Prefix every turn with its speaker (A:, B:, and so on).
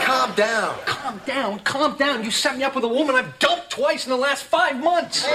A: Calm down. Calm down. Calm down. You set me up with a woman I've dumped twice in the last five months.